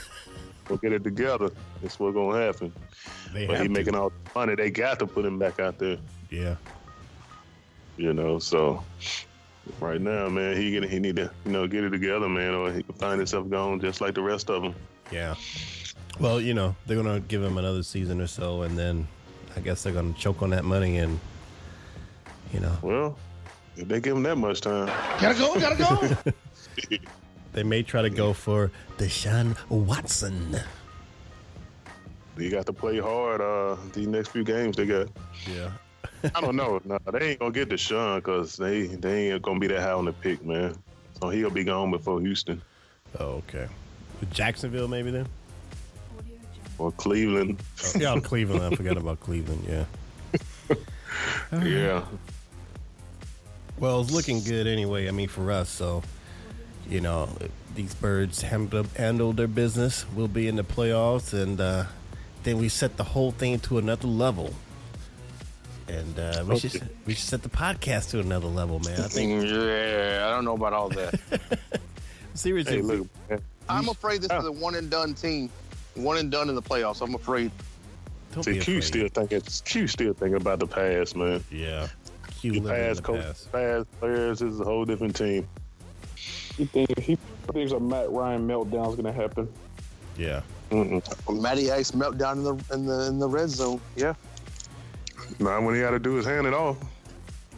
we'll get it together. That's what's gonna happen.
They
but
have
he
to.
making all the money. They got to put him back out there.
Yeah.
You know, so right now, man, he gonna he need to you know get it together, man, or he can find himself gone just like the rest of them.
Yeah. Well, you know, they're gonna give him another season or so, and then I guess they're gonna choke on that money, and you know,
Well, if they give him that much time,
Gotta go, gotta go. they may try to go for Deshaun Watson.
you got to play hard. Uh, these next few games they got.
Yeah.
I don't know. No, they ain't gonna get Deshaun because they they ain't gonna be that high on the pick, man. So he'll be gone before Houston
Oh, okay. Jacksonville, maybe then.
or Cleveland.
Yeah, oh, Cleveland. I forgot about Cleveland. Yeah.
Yeah.
Well, it's looking good anyway. I mean, for us, so you know, these birds handled handled their business. We'll be in the playoffs, and uh, then we set the whole thing to another level. And uh, we should
Okay.
we should set the podcast to another level, man. I think
Yeah, I don't know about all that.
seriously,
Mm-hmm. Hey, look, I'm afraid this is a one and done team, one and done in the playoffs. I'm afraid.
Don't
See, Q still thinking Q still thinking about the past, man.
Yeah.
The
Q living in
past
the
coach,
past.
past players this is a whole different team.
He thinks, he thinks a Matt Ryan meltdown is going to happen.
Yeah.
Matty Ice meltdown in the in the in the red zone. Yeah,
Now when he got to do is hand it off.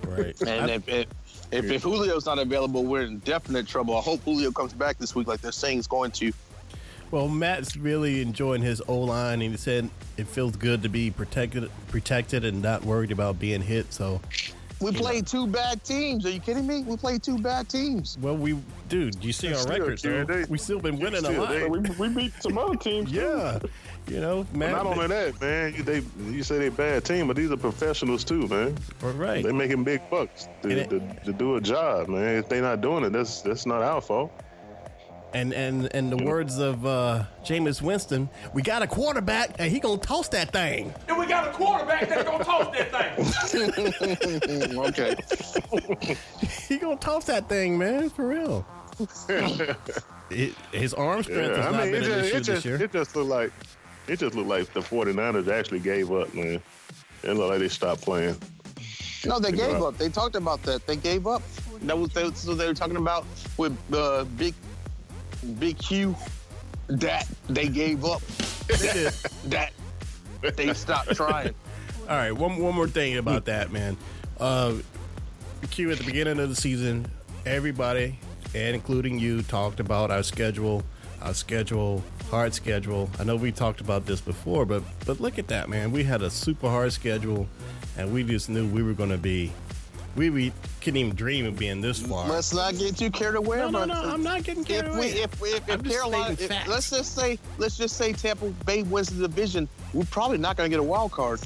Right.
and if if, if, if Julio's not available, we're in definite trouble. I hope Julio comes back this week, like they're saying he's going to.
Well, Matt's really enjoying his O line, and he said it feels good to be protected, protected, and not worried about being hit. So,
We played two bad teams. Are you kidding me? We played two bad teams.
well, we, dude, you see our
Still,
record.
dude,
though. we still been winning a
still,
lot.
they-
We, we beat some other teams.
yeah, you know,
But
Matt.
not only that, man. You, they you say they bad team, but these are professionals too, man.
All right.
They making big bucks to,
And it-
to, to do a job, man. If they not doing it, that's that's not our fault.
And and and the words of uh, Jameis Winston, we got a quarterback, and he gonna toss that thing.
And we got a quarterback that's gonna toss that thing.
Mm, okay. he gonna toss that thing, man, for real. It- his arm strength has not been
it
an
just,
issue
it
this
just,
year.
It just looked like it just looked like the 49ers actually gave up, man. It looked like they stopped playing.
No, they
You
gave
know,
up. They talked about that. They gave up. That was they, so they were talking about with uh, big, big Q. That they gave up. that they stopped trying.
All right, one one more thing about that, man. Uh, Q at the beginning of the season, everybody, and including you, talked about our schedule, our schedule, hard schedule. I know we talked about this before, but but look at that, man. We had a super hard schedule, and we just knew we were going to be. We, we couldn't even dream of being this far.
Let's not get too carried away.
No, no,
about
no,
this.
I'm not getting carried
if
away.
We, if we, if,
I'm
if
just
Carolina,
stating
if,
facts.
let's just say, let's just say Tampa Bay wins the division. We're probably not going to get a wild card.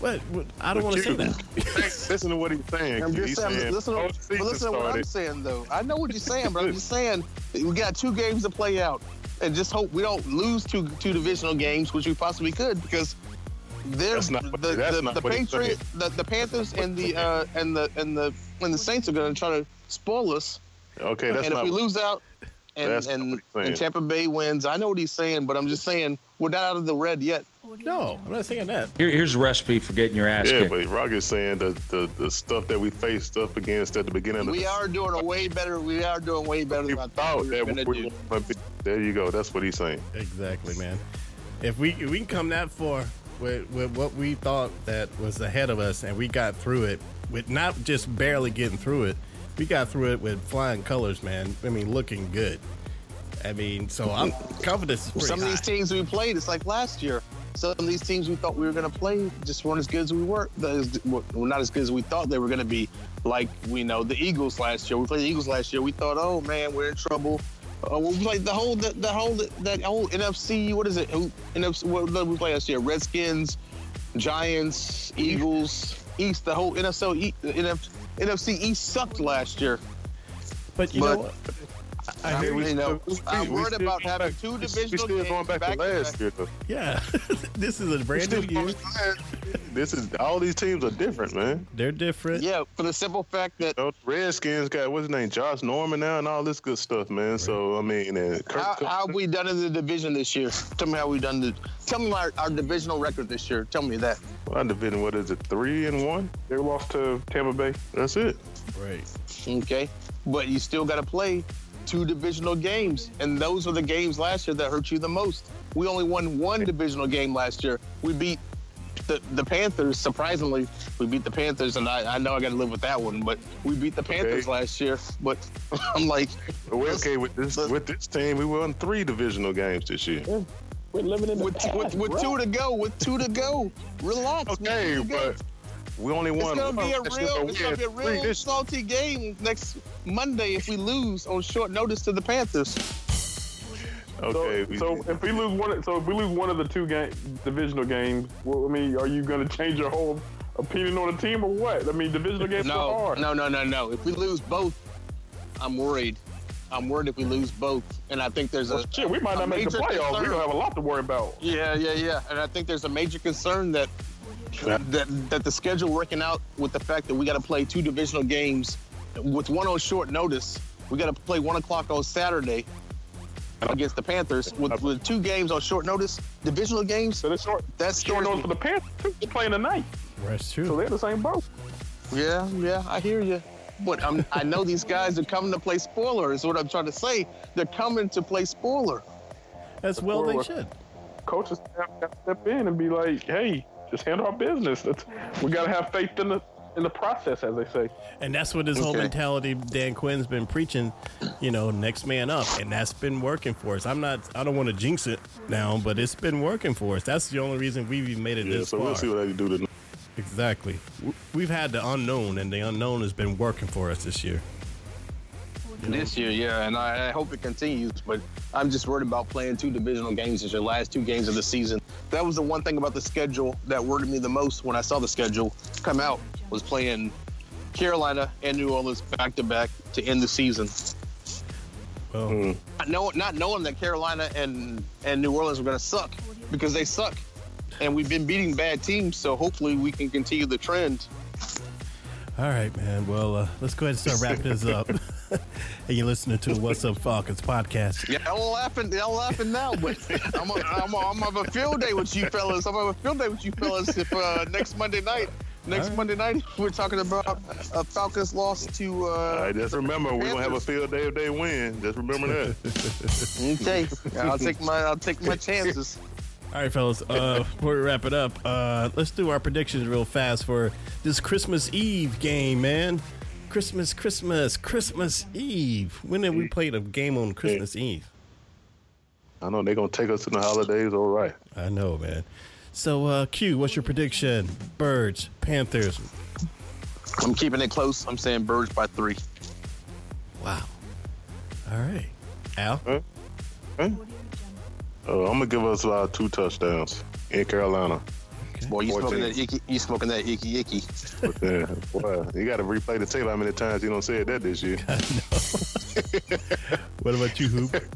But, I don't
But
want to say
you-
that.
listen to what he's saying.
I'm just
he's
saying,
saying
listen, to,
"Oh,
but
season
listen to what I'm
started."
saying, though. I know what you're saying, but I'm just saying that we got two games to play out, and just hope we don't lose two two divisional games, which we possibly could, because they're
That's not what-
the,
that's
the,
not
the
what he's
Patriots, the, the Panthers, and the uh, and the and the and the Saints are going to try to spoil us.
Okay, that's
and
not
if we
what-
lose out, and
That's not what
and,
he's saying.
and Tampa Bay wins, I know what he's saying, but I'm just saying we're not out of the red yet.
No, I'm not saying that.
Here, here's a recipe for getting your ass
Yeah,
kicked.
but Rock is saying the, the the stuff that we faced up against at the beginning of
We
the
are doing a way better. We are doing way better than I thought we were
that
going to
we-
do.
There you go. That's what he's saying.
Exactly, man. If we if we can come that far with, with what we thought that was ahead of us, and we got through it with not just barely getting through it, we got through it with flying colors, man. I mean, looking good. I mean, so I'm confidence is pretty
Some of these
high.
teams we played, it's like last year. Some of these teams we thought we were going to play just weren't as good as we were. Those- Well, not as good as we thought they were going to be. Like we know the Eagles last year. We played the Eagles last year. We thought, oh man, we're in trouble. Uh, we played the whole the, the whole that whole NFC. What is it? Who- NFC, what did we play last year? Redskins, Giants, Eagles, East. The whole NFL, E- NF NFC East sucked last year.
But you know what?
I,
mean, we
you know,
still-
I'm
we- we
worried
still
about
going
having
back-
two
we
divisional
still
games
going back to last year, though.
Yeah, this is a brand new year.
This is all these teams are different, man.
They're different.
Yeah, for the simple fact
Oh,
that
Redskins got what's his name, Josh Norman now, and all this good stuff, man. So I mean, uh, Kirk,
How, how we done in the division this year? Tell me how we done. The, tell me our, our divisional record this year. Tell me that.
our division, what is it, three and one? They lost to Tampa Bay. That's it.
Right.
Okay, but you still got to play two divisional games, and those were the games last year that hurt you the most. We only won one divisional game last year. We beat the, the Panthers. Surprisingly, we beat the Panthers, and I, I know I got to live with that one. But we beat the Panthers last year. But I'm like,
okay, with this with this team, we won three divisional games this year.
we're living in the with, with, with two to go. With two to go, relax.
Okay, but we only
It's
won.
gonna
one.
be a
That's
real,
what
it's
we
gonna
had
be a
three
real
this
salty game next Monday if we lose on short notice to the Panthers.
Okay.
So, so if we lose one, so if we lose one of the two game, divisional games, well, I mean, are you going to change your whole opinion on the team or what? I mean, divisional games are
No,
hard.
no, no, no, no. If we lose both, I'm worried. I'm worried if we lose both, and I think there's a
Oh, Shit, we might
a
not make
major
the playoffs. We
concern.
don't have a lot to worry about.
Yeah, yeah, yeah. And I think there's a major concern that that that the schedule working out with the fact that we got to play two divisional games with one on short notice. We got to play one o'clock on Saturday against the Panthers with, with two games on short notice, divisional games.
So that's short.
That's
Short notice for the Panthers. too. They're playing tonight,
That's true.
so they're the same boat.
Yeah, yeah, I hear you. But I'm, I know these guys are coming to play spoiler. Is what I'm trying to say. They're coming to play spoiler.
As well they should.
Coaches have to step in and be like, "Hey, just handle our business. That's, we got to have faith in the in the process," as they say.
And that's what this whole
Okay.
mentality Dan Quinn's been preaching, you know, next man up, and that's been working for us. I'm not, I don't want to jinx it now, but it's been working for us. That's the only reason we've even made it
Yeah,
this
so
far.
we'll see what they do tonight.
Exactly. W- We've had the unknown, and the unknown has been working for us this year.
This year, yeah, and I, I hope it continues. But I'm just worried about playing two divisional games as your last two games of the season. That was the one thing about the schedule that worried me the most when I saw the schedule come out was playing Carolina and New Orleans back to back to end the season.
Oh.
Hmm.
Not, know, not knowing that Carolina and, and New Orleans were going to suck because they suck. And we've been beating bad teams, so hopefully we can continue the trend.
All right, man. Well, uh, let's go ahead and start wrapping this up. and you're listening to the What's Up Falcons podcast.
Yeah, I'm laughing. I'm laughing now, but I'm gonna I'm a, I'm have a field day with you fellas. I'm gonna have a field day with you fellas if uh, next Monday night. Next Monday night, we're talking about uh, Falcons loss to. Uh,
All right, just remember, we don't have a field day if they win. Just remember that.
okay, I'll take my I'll take my chances.
All right, fellas. Uh, before we wrap it up, uh, let's do our predictions real fast for this Christmas Eve game, man. Christmas, Christmas, Christmas Eve. When did we play the game on Christmas Eve?
I know they're gonna take us to the holidays, all right.
I know, man. So, uh, Q, what's your prediction? Birds, Panthers.
I'm keeping it close. I'm saying Birds by three.
Wow. All right, Al.
Huh? Uh, I'm gonna give us uh, two touchdowns in Carolina.
Boy, you smoking
14.
that icky? You smoking that icky icky?
But then, boy, you got to replay the tape how many times you don't say that this year.
What about you, Hoop?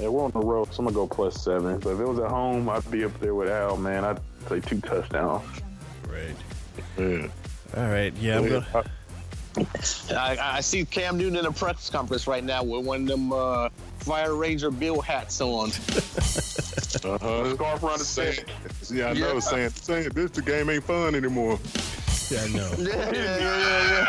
Yeah, we're on the road, so I'm gonna go plus seven. But if it was at home, I'd be up there with Al, man. I'd say two touchdowns.
Right.
Yeah.
All right. Yeah, I'm gonna.
I, I see Cam Newton in a press conference right now with one of them uh, Fire Ranger Bill hats on.
Uh-huh.
Scarf around his
neck. Yeah, I know.
Yeah.
Saying, saying this, the game ain't fun anymore.
Yeah, I know.
yeah, yeah, yeah, yeah.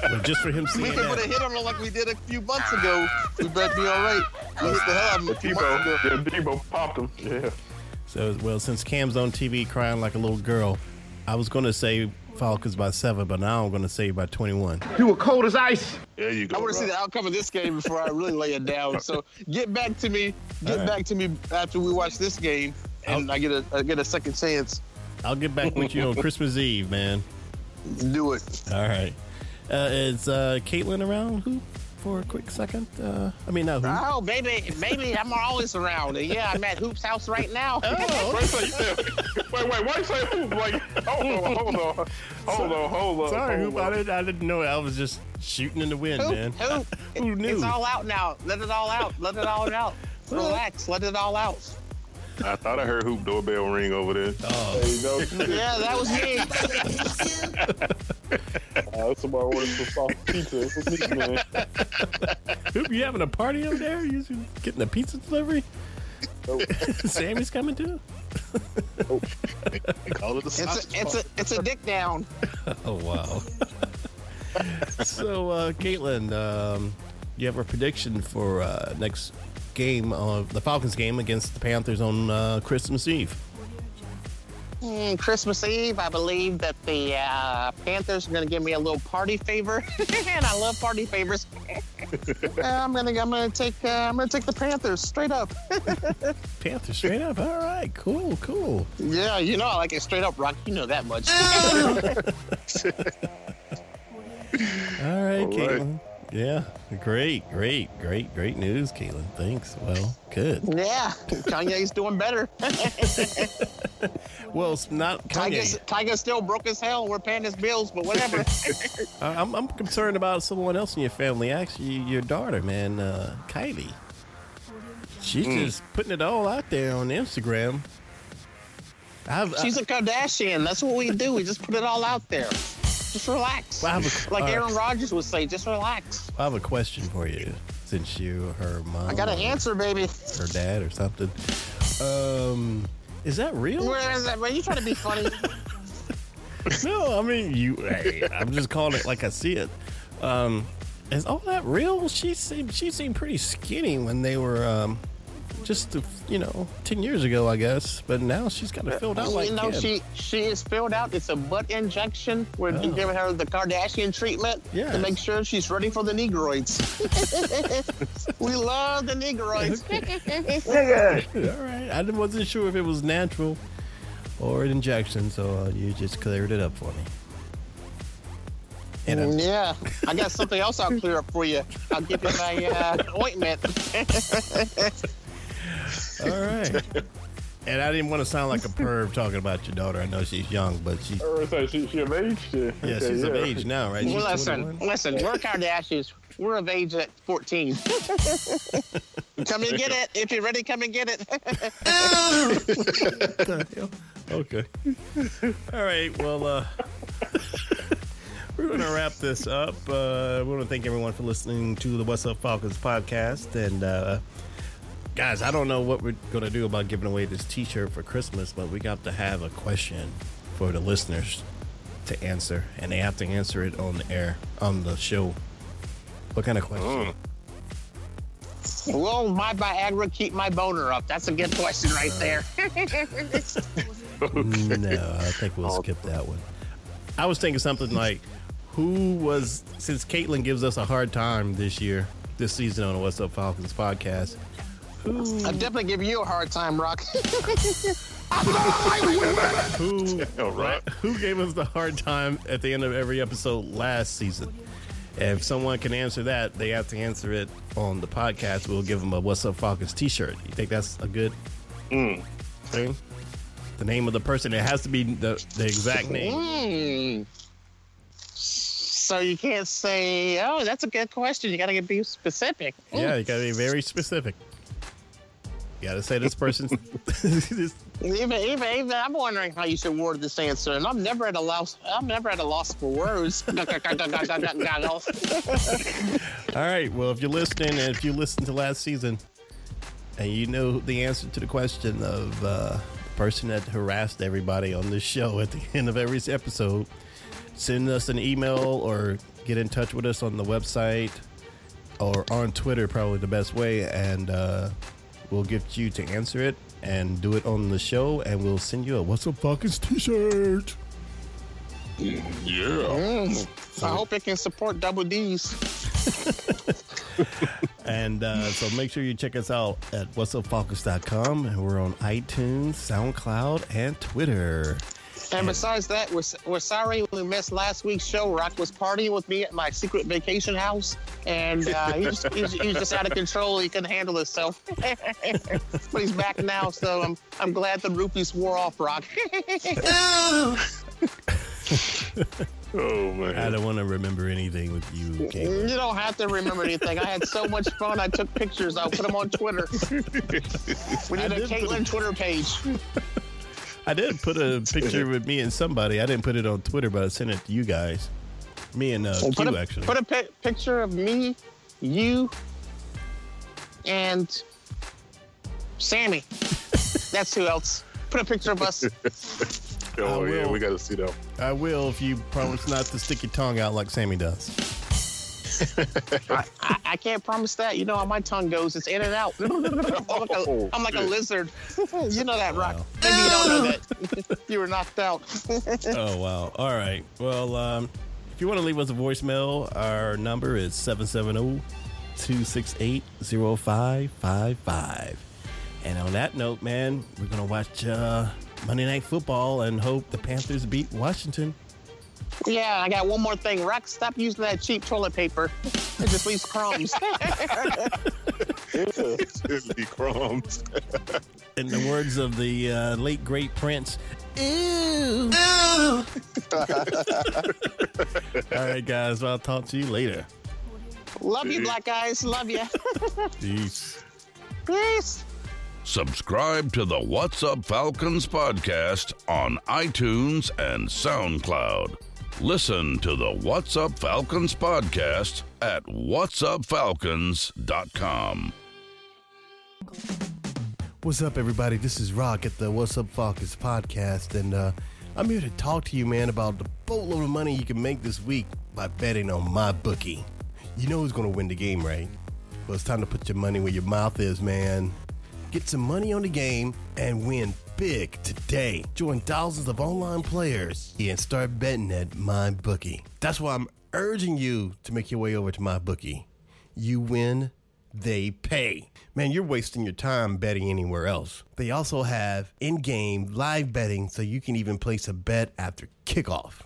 But just for him
We
seeing
can put a
that,
hit on him like we did a few months ago. We better be all right. We hit the hell out of him. a few months ago.
Yeah, Debo popped him. Yeah.
so well since Cam's on TV crying like a little girl, I was gonna say Falcons by seven, but now I'm gonna say by twenty-one.
You were cold as ice.
There you
I want to see the outcome of this game before I really lay it down. So get back to me. Get back to me after we watch this game, and I get a I get a second chance.
I'll get back with you on Christmas Eve, man.
Do it.
All right. Uh, is uh, Caitlin around? Who for a quick second? Uh, I mean, not who.
Oh, baby, baby, I'm always around. And yeah, I'm at Hoop's house right now.
Oh,
Wait, so you said, wait, wait, wait, say who? Like, hold on, hold on, hold on, hold on.
Sorry,
hold
Hoop. I didn't, I didn't know. I was just shooting in the wind,
Hoop,
man.
Hoop,
Who knew?
It's all out now. Let it all out. Let it all out. Relax. Let it all out.
I thought I heard hoop doorbell ring over there.
Oh,
There you go.
Yeah, that was me.
Uh, somebody ordered some soft pizza. It was me, man.
Hoop, you having a party over there? You getting a pizza delivery? Sammy's coming too.
They call it the
It's
sausage
a it's a it's a dick down.
Oh wow. so, uh, Caitlin, um, you have a prediction for uh, next game of the Falcons game against the Panthers on uh, Christmas Eve.
Hmm, Christmas Eve, I believe that the uh, Panthers are going to give me a little party favor, and I love party favors. Uh, I'm gonna I'm gonna take uh, I'm gonna take the Panthers straight up.
Panthers straight up. All right, cool, cool.
Yeah, you know I like it straight up, Rock. You know that much.
All right,
All right.
Caitlin. Yeah, great, great, great, great news, Caitlin. Thanks. Well, good.
yeah, Kanye's doing better.
Well, it's not Kanye.
Tiger's, Tiger's still broke as hell. We're paying his bills, but whatever.
I- I'm, I'm concerned about someone else in your family. Actually, your daughter, man, uh, Kylie. She's
Hmm.
just putting it all out there on Instagram. I've, I-
She's a Kardashian. That's what we do. We just put it all out there. Just relax.
Well, I have a-
like
all right.
Aaron Rodgers would say, just relax.
I have a question for you, since you her mom,
I got an
or
answer, baby.
her dad, or something. Um, is that real?
Where is that? Were you trying to be funny?
no, I mean you. Hey, I'm just calling it like I see it. Um, is all that real? She seemed she seemed pretty skinny when they were um, just the- you know ten years ago, I guess. But now she's got to filled out like
you know,
Kim.
she she is filled out. It's a butt injection. We're
Oh.
giving her the Kardashian treatment
Yes.
to make sure she's ready for the Negroids. we love the Negroids.
All right, I wasn't sure if it was natural or an injection, so uh, you just cleared it up for me. And uh,
yeah, I got something else I'll clear up for you. I'll give you my uh, ointment.
all right. And I didn't want to sound like a perv talking about your daughter. I know she's young, but she.
Or is that she, she of age? Yeah,
Yeah, she's of age now, right?
Well,
She's
listen,
21?
listen, we're Kardashians. We're of age at 14. come and get it. If you're ready, come and get it.
Okay. All right. Well, uh, we're going to wrap this up. Uh, we want to thank everyone for listening to the What's Up Falcons podcast. And, uh, guys, I don't know what we're going to do about giving away this t shirt for Christmas, but we got to have a question for the listeners to answer. And they have to answer it on the air, on the show. What kind of question?
Will my Viagra keep my boner up? That's a good question right there.
No, I think we'll skip that one. I was thinking something like, who was since Caitlin gives us a hard time this year, this season on the What's Up Falcons podcast?
I definitely give you a hard time, Rock.
Who who gave us the hard time at the end of every episode last season? If someone can answer that, they have to answer it on the podcast. We'll give them a What's Up Falcons T-shirt. You think that's a good thing? The name of the person. It has to be the, the exact name.
Mm. So you can't say, "Oh, that's a good question." You got to be specific.
Yeah, you gotta be very specific. You gotta say this person's. this,
Even, even, even, I'm wondering how you should word this answer, and I'm never at a loss. I'm never at a loss for words.
all right. Well, if you're listening, and if you listened to last season, and you know the answer to the question of uh, the person that harassed everybody on this show at the end of every episode, send us an email or get in touch with us on the website or on Twitter, probably the best way, and uh, we'll get you to answer it and do it on the show, and we'll send you a What's Up Falcons T-shirt.
Mm. I hope it can support double D's.
And uh, so make sure you check us out at whatsupfocus.com. And we're on iTunes, SoundCloud, and Twitter.
And besides that, we're, we're sorry we missed last week's show. Rock was partying with me at my secret vacation house, and uh, he, was, he, was, he was just out of control. He couldn't handle himself. but he's back now, so I'm, I'm glad the rupees wore off, Rock.
Oh, man. I don't want to remember anything with you, Caitlin.
You don't have to remember anything. I had so much fun. I took pictures. I put them on Twitter. We need a Caitlin Twitter page.
I did put a picture with me and somebody. I didn't put it on Twitter, but I sent it to you guys. Me and uh,
Well, put
Q,
a,
actually.
Put a pic- picture of me, you, and Sammy. That's who else. Put a picture of us.
Oh, yeah,
will.
we got to see that.
I will if you promise not to stick your tongue out like Sammy does.
I, I, I can't promise that. You know how my tongue goes. It's in and out. I'm like a, I'm like a
Oh, shit.
lizard. you know that, Rock. Maybe you don't know that. you were knocked out.
oh wow all right well um, if you want to leave us a voicemail our number is oh, 770-268-0555 and on that note man we're gonna watch uh, monday night football and hope the panthers beat washington
Yeah, and I got one more thing. Rock, stop using that cheap toilet paper. It just leaves crumbs.
Disney crumbs.
in the words of the uh, late great prince Ew. all right guys i'll talk to you later
Love you, black guys. Love you.
Peace.
Peace.
Subscribe to the What's Up Falcons podcast on iTunes and SoundCloud. Listen to the What's Up Falcons podcast at whatsupfalcons.com.
What's up, everybody? This is Rock at the What's Up Falcons podcast, and uh, I'm here to talk to you, man, about the boatload of money you can make this week by betting on my bookie. You know who's going to win the game, right? Well, it's time to put your money where your mouth is, man. Get some money on the game and win big today. Join thousands of online players and start betting at my bookie. That's why I'm urging you to make your way over to my bookie. You win they pay. Man, you're wasting your time betting anywhere else. They also have in game live betting so you can even place a bet after kickoff.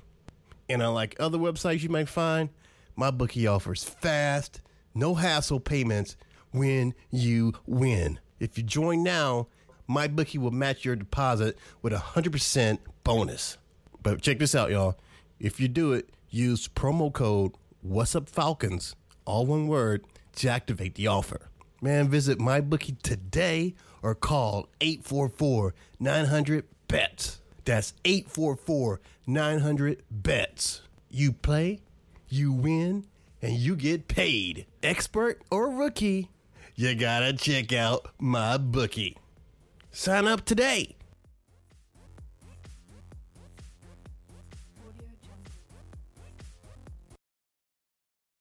And unlike other websites you might find, my bookie offers fast, no hassle payments when you win. If you join now, my bookie will match your deposit with a 100% bonus. But check this out, y'all. If you do it, use promo code What's Up Falcons, all one word, to activate the offer. Man, visit MyBookie today or call 844 900 BETS. That's 844 900 BETS. You play, you win, and you get paid. Expert or rookie, you gotta check out my bookie. Sign up today.